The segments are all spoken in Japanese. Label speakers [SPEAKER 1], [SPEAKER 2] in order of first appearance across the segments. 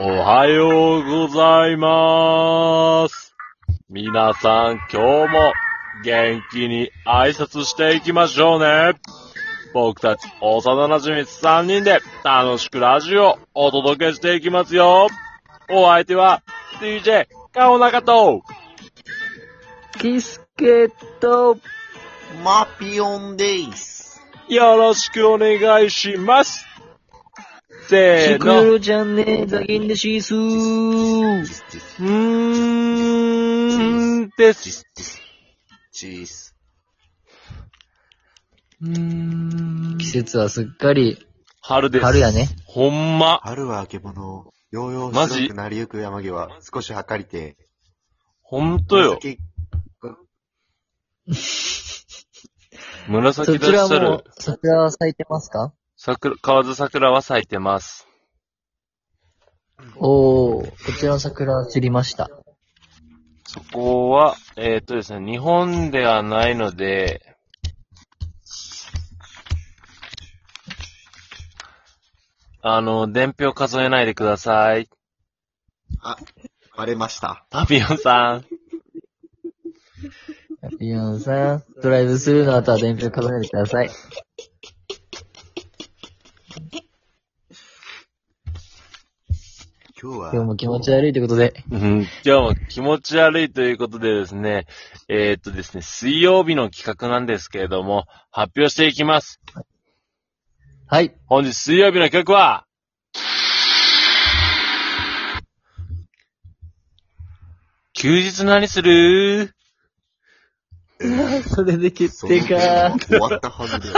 [SPEAKER 1] おはようございます。皆さん今日も元気に挨拶していきましょうね。僕たち幼馴染3人で楽しくラジオをお届けしていきますよ。お相手は DJ カオナカと
[SPEAKER 2] ビスケット。
[SPEAKER 3] マピオンデイス。
[SPEAKER 1] よろしくお願いします。せ
[SPEAKER 2] シ
[SPEAKER 1] ー
[SPEAKER 2] ク
[SPEAKER 1] の。
[SPEAKER 2] ヨ
[SPEAKER 1] う
[SPEAKER 2] ロちゃんね、ザギンデシースー。
[SPEAKER 1] ーんです。
[SPEAKER 3] チーズ。
[SPEAKER 1] うーん
[SPEAKER 2] 季節はすっかり
[SPEAKER 1] 春です。
[SPEAKER 2] 春やね。
[SPEAKER 1] ほんま。
[SPEAKER 3] 春はあけぼの、ようよう
[SPEAKER 1] マジ
[SPEAKER 3] 白くなりゆく山際、少し測りて。
[SPEAKER 1] ほんとよ。
[SPEAKER 3] 紫
[SPEAKER 1] 紫
[SPEAKER 2] そ
[SPEAKER 1] 出
[SPEAKER 2] ちら
[SPEAKER 1] し
[SPEAKER 2] は
[SPEAKER 1] て
[SPEAKER 2] もう
[SPEAKER 1] る。、
[SPEAKER 2] 桜は咲いてますか
[SPEAKER 1] 桜、河津桜は咲いてます。
[SPEAKER 2] おー、こちらの桜は散りました。
[SPEAKER 1] そこは、えっ、とですね、日本ではないので、あの、伝票数えないでください。
[SPEAKER 3] バレました。
[SPEAKER 1] パピオンさん。
[SPEAKER 2] いやさん、ドライブスルーの後は電票飾らてください。
[SPEAKER 3] 今日は、
[SPEAKER 2] 今日も気持ち悪いということで。
[SPEAKER 1] うん今日も気持ち悪いということでですね、えっ、とですね、水曜日の企画なんですけれども、発表していきます。
[SPEAKER 2] はい。
[SPEAKER 1] 本日水曜日の企画は、休日何する
[SPEAKER 2] それで決
[SPEAKER 3] そのテーマは終わったはずで。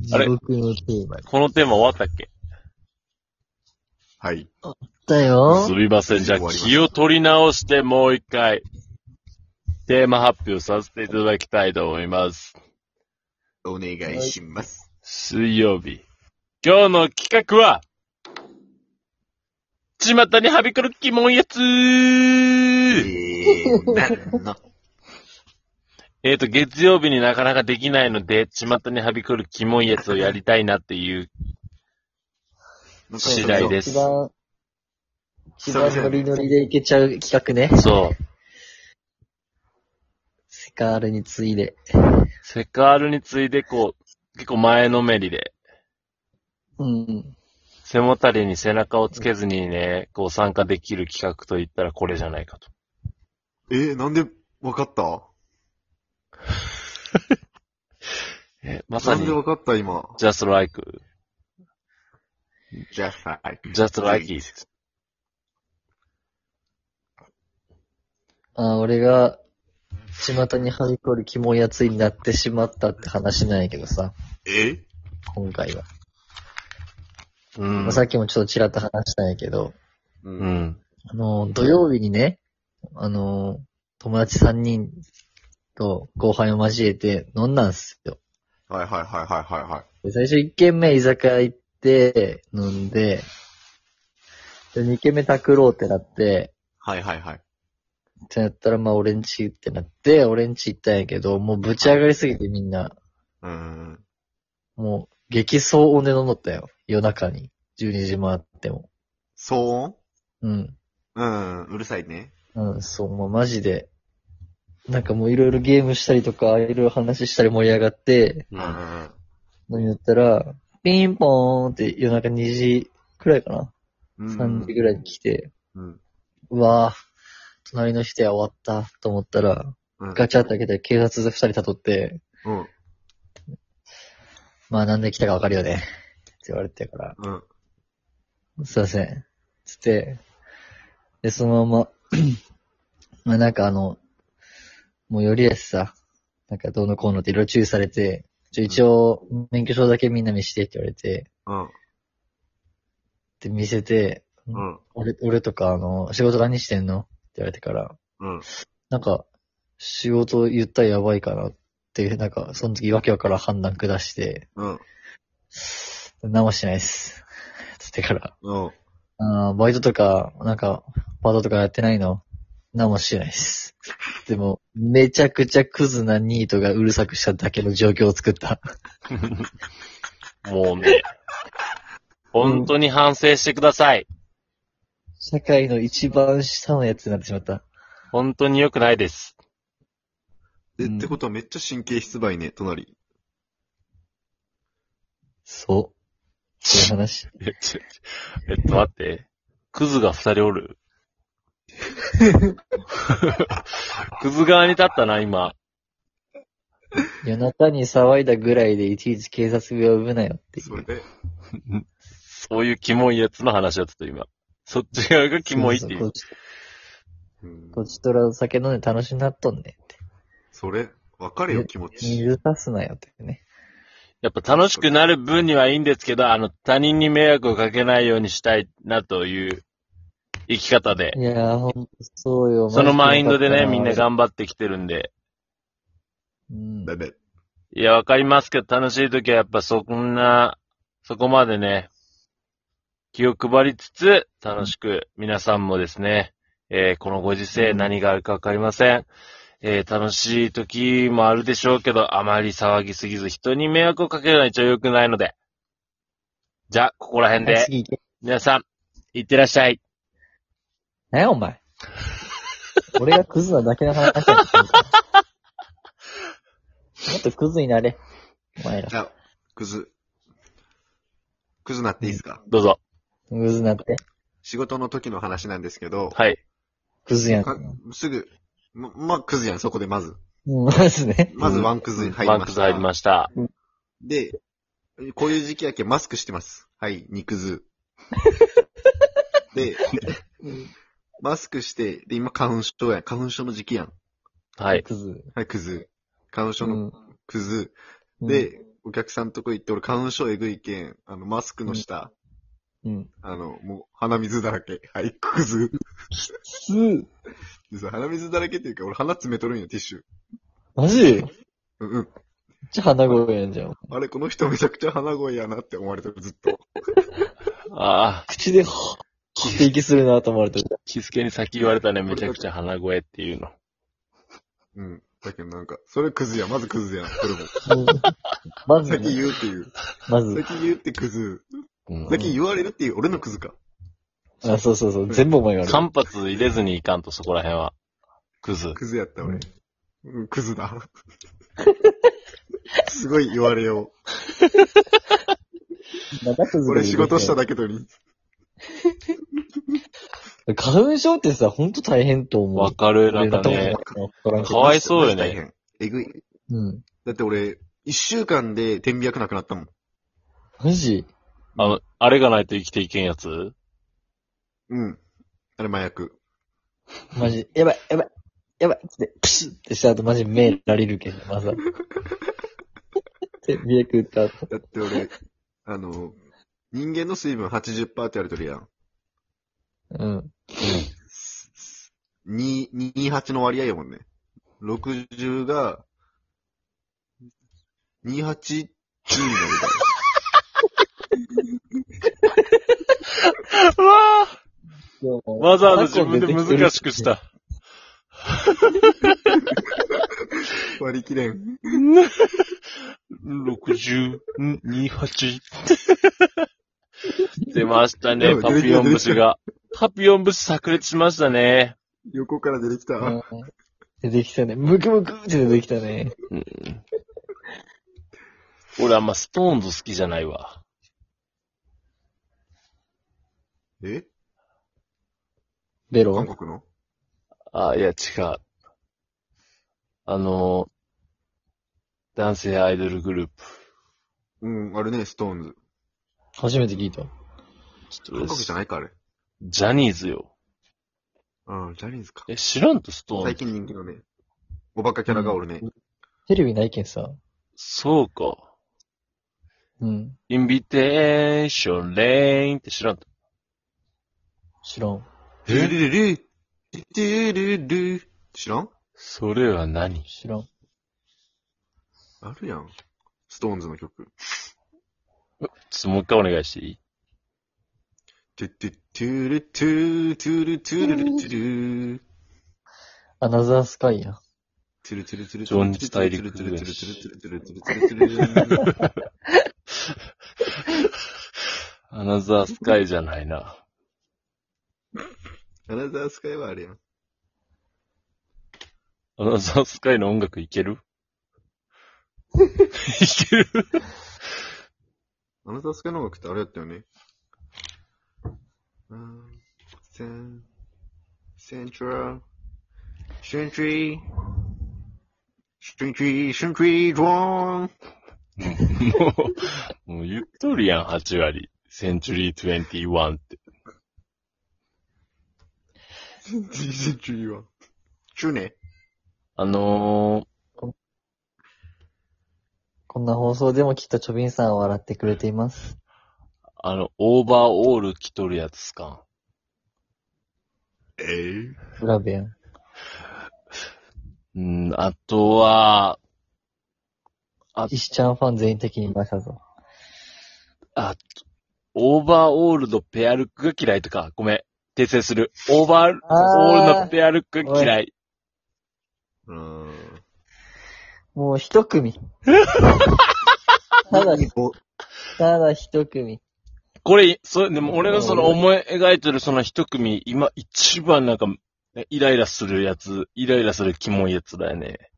[SPEAKER 2] 地獄のテーマ
[SPEAKER 1] このテーマ終わったっけ
[SPEAKER 3] はい。
[SPEAKER 2] だよ
[SPEAKER 1] す。みません。じゃあ
[SPEAKER 3] 終わりました
[SPEAKER 1] 気を取り直してもう一回、テーマ発表させていただきたいと思います。
[SPEAKER 3] お願いします。
[SPEAKER 1] 水曜日。今日の企画は、巷にはびこる疑問やつ
[SPEAKER 3] え
[SPEAKER 1] ー
[SPEAKER 3] ー、なんの。
[SPEAKER 1] えっ、と、月曜日になかなかできないので、巷にはびこる疑問やつをやりたいなっていう、
[SPEAKER 3] なんか
[SPEAKER 1] 次第です
[SPEAKER 2] 一番、一番ノリノリでいけちゃう企画ね。
[SPEAKER 1] そう。
[SPEAKER 2] セカールに次いで。
[SPEAKER 1] セカールに次いでこう、結構前のめりで、
[SPEAKER 2] うん。
[SPEAKER 1] 背もたれに背中をつけずにね、こう参加できる企画といったらこれじゃないかと。
[SPEAKER 3] えー、なんで、わかった
[SPEAKER 1] え、まさ
[SPEAKER 3] な
[SPEAKER 1] に
[SPEAKER 3] んで、わかった今。
[SPEAKER 1] just like,
[SPEAKER 3] じゃあ、はい。
[SPEAKER 1] just like it.
[SPEAKER 2] あー、俺が、巷にはびこる肝やつになってしまったって話なんやけどさ、
[SPEAKER 3] え
[SPEAKER 2] 今回は。
[SPEAKER 1] うん
[SPEAKER 2] まあ、。さっきもちょっとちらっと話したんやけど、
[SPEAKER 3] う。
[SPEAKER 1] うんん。
[SPEAKER 2] あのー、土曜日にね、あのー、友達3人と後輩を交えて飲んだんすよ。
[SPEAKER 3] はいはいはいはいはいはい。
[SPEAKER 2] で最初1軒目居酒屋行って、飲んで、で2軒目拓郎ってなって、
[SPEAKER 3] はいはいはい。
[SPEAKER 2] ってなったらまあ俺んちってなって、俺んち行ったんやけど、もうぶち上がりすぎてみんな、
[SPEAKER 3] うーん。
[SPEAKER 2] もう激走音で飲んどったよ。夜中に。12時回っても。
[SPEAKER 3] 騒音
[SPEAKER 2] うん。
[SPEAKER 3] うん、うるさいね。
[SPEAKER 2] うん、そう、もうマジで。なんかもういろいろゲームしたりとか、いろいろ話したり盛り上がって、
[SPEAKER 3] う
[SPEAKER 1] うんん。
[SPEAKER 2] 飲み寄ったら、ピンポーンって夜中2時くらいかな。
[SPEAKER 3] うん。
[SPEAKER 2] 3時くらいに来て、
[SPEAKER 3] うん。
[SPEAKER 2] うわぁ、隣の人や終わったと思ったら、
[SPEAKER 3] うん。
[SPEAKER 2] ガチャって開けて警察2人たとって、
[SPEAKER 3] うん。
[SPEAKER 2] まあなんで来たかわかるよね。って言われてから、
[SPEAKER 3] うん。
[SPEAKER 2] すいません。つって、で、そのまま、 まあなんかあの、もうよりやしさ、なんかどうのこうのっていろいろ注意されて、ちょ一応、免許証だけみんな見してって言われて、
[SPEAKER 3] うん。
[SPEAKER 2] で、見せて、
[SPEAKER 3] うん。
[SPEAKER 2] 俺、俺とかあの、仕事何してんのって言われてから、
[SPEAKER 3] うん。
[SPEAKER 2] なんか、仕事言ったらやばいかなって、なんか、その時わけわからん判断下して、
[SPEAKER 3] うん。
[SPEAKER 2] 何もしないっす。 つってから、
[SPEAKER 3] うん。
[SPEAKER 2] あーバイトとか、なんか、パートとかやってないの何もしてないです。でも、めちゃくちゃクズなニートがうるさくしただけの状況を作った。
[SPEAKER 1] もうね、本当に反省してください。
[SPEAKER 2] 社会の一番下のやつになってしまった。
[SPEAKER 1] 本当に良くないです。
[SPEAKER 3] え、
[SPEAKER 2] うん
[SPEAKER 3] ってことはめっちゃ神経質ばいね、隣。
[SPEAKER 2] そう。そういう話。
[SPEAKER 1] え、ちょ、えっと、待って。クズが二人お る。クズ側に立ったな、今。
[SPEAKER 2] 夜中に騒いだぐらいでいちいち警察呼ぶなよっていう。
[SPEAKER 3] それで、
[SPEAKER 1] そういうキモいやつの話だった、今。そっち側がキモいってい
[SPEAKER 2] そうう。そう
[SPEAKER 3] うん
[SPEAKER 2] こっちこっちとら酒飲んで楽しんなっとんねって。
[SPEAKER 3] それ、わかるよ、気持ち。
[SPEAKER 2] 水さすなよってね。
[SPEAKER 1] やっぱ楽しくなる分にはいいんですけど、あの、他人に迷惑をかけないようにしたいなという生き方で。
[SPEAKER 2] いやー、ほんとそうよ。
[SPEAKER 1] そのマインドでね、
[SPEAKER 2] マ
[SPEAKER 1] み
[SPEAKER 2] ジ
[SPEAKER 1] んな
[SPEAKER 2] よかっ
[SPEAKER 1] 頑張ってきてるんで。
[SPEAKER 2] たうん。
[SPEAKER 3] だめ。
[SPEAKER 1] いや、わかりますけど、楽しい時はやっぱそんな、そこまでね、気を配りつつ、楽しく、皆さんもですね、えーこのご時世
[SPEAKER 2] うん
[SPEAKER 1] 何があるかわかりません。えー楽しい時もあるでしょうけど、あまり騒ぎすぎず、人に迷惑をかけるのは一応良くないので。じゃあ、ここら辺
[SPEAKER 2] はい
[SPEAKER 1] で、
[SPEAKER 2] 次行け。
[SPEAKER 1] 皆さん、いってらっしゃい。
[SPEAKER 2] なやお前。俺がクズなだけの話だよもっとクズになれ。お前ら
[SPEAKER 3] じ。ゃあ、クズ。クズなっていいですか、
[SPEAKER 1] どうぞ。
[SPEAKER 2] クズになって。
[SPEAKER 3] 仕事の時の話なんですけど、
[SPEAKER 1] はい。
[SPEAKER 2] クズやん。
[SPEAKER 3] かすぐ、ま、まあ、クズやん、そこでまず。
[SPEAKER 2] うん、まずね。
[SPEAKER 3] まずワンクズに入りました。
[SPEAKER 1] マンクス入りました。
[SPEAKER 3] で、こういう時期だけマスクしてます。はい、肉図。で、マスクして、で、今花粉症やん。花粉症の時期やん。
[SPEAKER 1] はい。
[SPEAKER 2] クズ。
[SPEAKER 3] はい、クズ。花粉症の
[SPEAKER 2] ん。
[SPEAKER 3] クズ。
[SPEAKER 2] うん、
[SPEAKER 3] で、お客さんとこ行って、俺花粉症えぐいけん、あの、マスクの下、
[SPEAKER 2] うん。
[SPEAKER 3] あの、もう鼻水だらけ。はい、クズ。
[SPEAKER 2] す
[SPEAKER 3] でさ、鼻水だらけっていうか、俺鼻詰めとるんよ、ティッシュ。
[SPEAKER 2] マジめっ
[SPEAKER 3] うんうん。
[SPEAKER 2] ちゃ鼻声やんじゃん。
[SPEAKER 3] あれ、この人めちゃくちゃ鼻声やなって思われてる、ずっと。
[SPEAKER 1] ああ、
[SPEAKER 2] 口で、はぁ、って息するなと思われてる。
[SPEAKER 1] キスケに先言われたね、めちゃくちゃ鼻声っていうの。
[SPEAKER 3] うん。だけどなんか、それクズやん。まずクズやん。これも。
[SPEAKER 2] うん まず
[SPEAKER 3] 先
[SPEAKER 2] ね、
[SPEAKER 3] 言うっていう。
[SPEAKER 2] まず。
[SPEAKER 3] 先言うってクズ。
[SPEAKER 1] うん
[SPEAKER 3] だけ言われるっていう俺のクズか。
[SPEAKER 2] あ、そうそうそう。全部お前が悪い。
[SPEAKER 1] 間髪入れずにいかんと、そこら辺は。クズ。
[SPEAKER 3] クズやった俺。うん、クズだ。 すごい言われよ
[SPEAKER 2] またク
[SPEAKER 3] う。
[SPEAKER 2] ズ
[SPEAKER 3] 俺仕事した
[SPEAKER 2] だ
[SPEAKER 3] だけどに。
[SPEAKER 2] け。花粉症ってさ、ほんと大変と思う。
[SPEAKER 1] わかる、なんかね。
[SPEAKER 2] ね
[SPEAKER 1] かわいそうよね
[SPEAKER 3] 大変。えぐい。
[SPEAKER 2] うん。
[SPEAKER 3] だって俺、一週間で天秤薬なくなったもん。
[SPEAKER 2] マジ
[SPEAKER 1] あの、あれがないと生きていけんやつ
[SPEAKER 3] うん。あれ麻薬。
[SPEAKER 2] マジ。やばい、やばい。やばいっつって、プシュってした後、マジ目られるけど、ま だ。で、見えくった後。
[SPEAKER 3] だって俺、 あの、人間の水分80%って言われてるやん。
[SPEAKER 2] うん。
[SPEAKER 3] 2、28の割合やもんね。60が、28って意味になるから。
[SPEAKER 1] うわぁわざわざ自分で難しくし。た。
[SPEAKER 3] 割り切れん。
[SPEAKER 1] 60、28。出ましたね、パピヨン節が。パピヨン節炸裂しましたね。
[SPEAKER 3] 横から出てきた。
[SPEAKER 2] うん出てきたね。ムクムクって出てきたね。
[SPEAKER 1] 俺あんまストーンズ好きじゃないわ。
[SPEAKER 3] え
[SPEAKER 2] ベ
[SPEAKER 3] 韓
[SPEAKER 2] ロ
[SPEAKER 3] 国の
[SPEAKER 1] あ、いや、違う。あの、男性アイドルグループ。
[SPEAKER 3] うん、あれね、ストーンズ。
[SPEAKER 2] 初めて聞いた。
[SPEAKER 1] ちょ
[SPEAKER 3] 韓
[SPEAKER 1] っと
[SPEAKER 3] 国じゃないか、あれ。
[SPEAKER 1] ジャニーズよ。
[SPEAKER 3] うん、ジャニーズか。
[SPEAKER 1] え、知らんとストーン
[SPEAKER 3] 最
[SPEAKER 1] ズ。
[SPEAKER 3] 近人気のね、おバカキャラがおるね。
[SPEAKER 2] テレビないけんさ。
[SPEAKER 1] そうか。
[SPEAKER 2] うん。
[SPEAKER 1] インビテーションレインって知らんと。
[SPEAKER 2] 知らん。
[SPEAKER 3] ルルルルルルルル知らん
[SPEAKER 1] それは何
[SPEAKER 2] 知らん。
[SPEAKER 3] あるやん。ストーンズの曲。
[SPEAKER 1] ちょっともう一回お願いしていい
[SPEAKER 3] トゥトゥトゥルトゥトゥルトゥルルトゥル
[SPEAKER 2] アナザースカイや。
[SPEAKER 3] トゥルトゥルトゥル
[SPEAKER 1] ジョンジ大陸
[SPEAKER 3] トゥルトゥルトゥルトゥルトゥルトゥルトゥルトゥルトゥルトゥルトゥルトゥル
[SPEAKER 1] アナザースカイじゃないな。
[SPEAKER 3] アナザースカイはあれやん。
[SPEAKER 1] アナザースカイの音楽いけ るいける
[SPEAKER 3] アナザースカイの音楽ってあれやったよね。うん。セン、セントラル、シュントリー、シュントリー、シュントリー、ドー ン。
[SPEAKER 1] もう、もう言っとるやん、8割。センチュリー21って。
[SPEAKER 3] シュントリーは。チュネ。
[SPEAKER 1] あの
[SPEAKER 2] こんな放送でもきっとチョビンさんは笑ってくれています。
[SPEAKER 1] ー、あの、オーバーオール着とるやつか。
[SPEAKER 3] ええ
[SPEAKER 2] 裏部屋。
[SPEAKER 1] うん、あとは、あ
[SPEAKER 2] 石ちゃんファン全員的にバカぞ。
[SPEAKER 1] あ、オーバーオールのペアルックが嫌いとか。ごめん。訂正する。オーバーオールのペアルックが嫌い。
[SPEAKER 3] うん。
[SPEAKER 2] もう一組。 ただ、
[SPEAKER 3] ぼ
[SPEAKER 2] ただ一組。
[SPEAKER 1] これ、そでも俺がその思い描いてるその一組、今一番なんか、イライラするやつ、イライラするキモいやつだよね。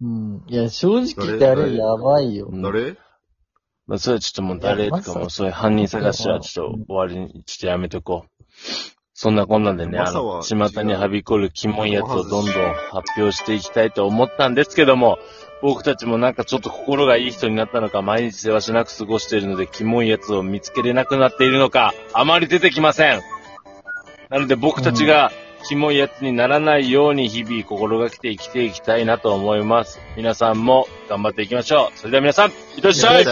[SPEAKER 2] うん。いや、正直言ってあれやばいよ。
[SPEAKER 3] 誰
[SPEAKER 1] まあ、それはちょっともう誰とか
[SPEAKER 2] いや
[SPEAKER 1] も、
[SPEAKER 2] まさ
[SPEAKER 1] そういう犯人探しはちょっと終わりに、ちょっとやめとこう。そんなこんなんでね、
[SPEAKER 3] ま
[SPEAKER 1] あ
[SPEAKER 3] さ
[SPEAKER 1] の、
[SPEAKER 3] は
[SPEAKER 1] 巷にはびこるキモいやつをどんどん発表していきたいと思ったんですけども、僕たちもなんかちょっと心がいい人になったのか、毎日世話しなく過ごしているので、キモいやつを見つけれなくなっているのか、あまり出てきません。なので僕たちが、キモいやつにならないように日々心がけて生きていきたいなと思います。皆さんも頑張っていきましょう。それでは皆さん、いってらっしゃい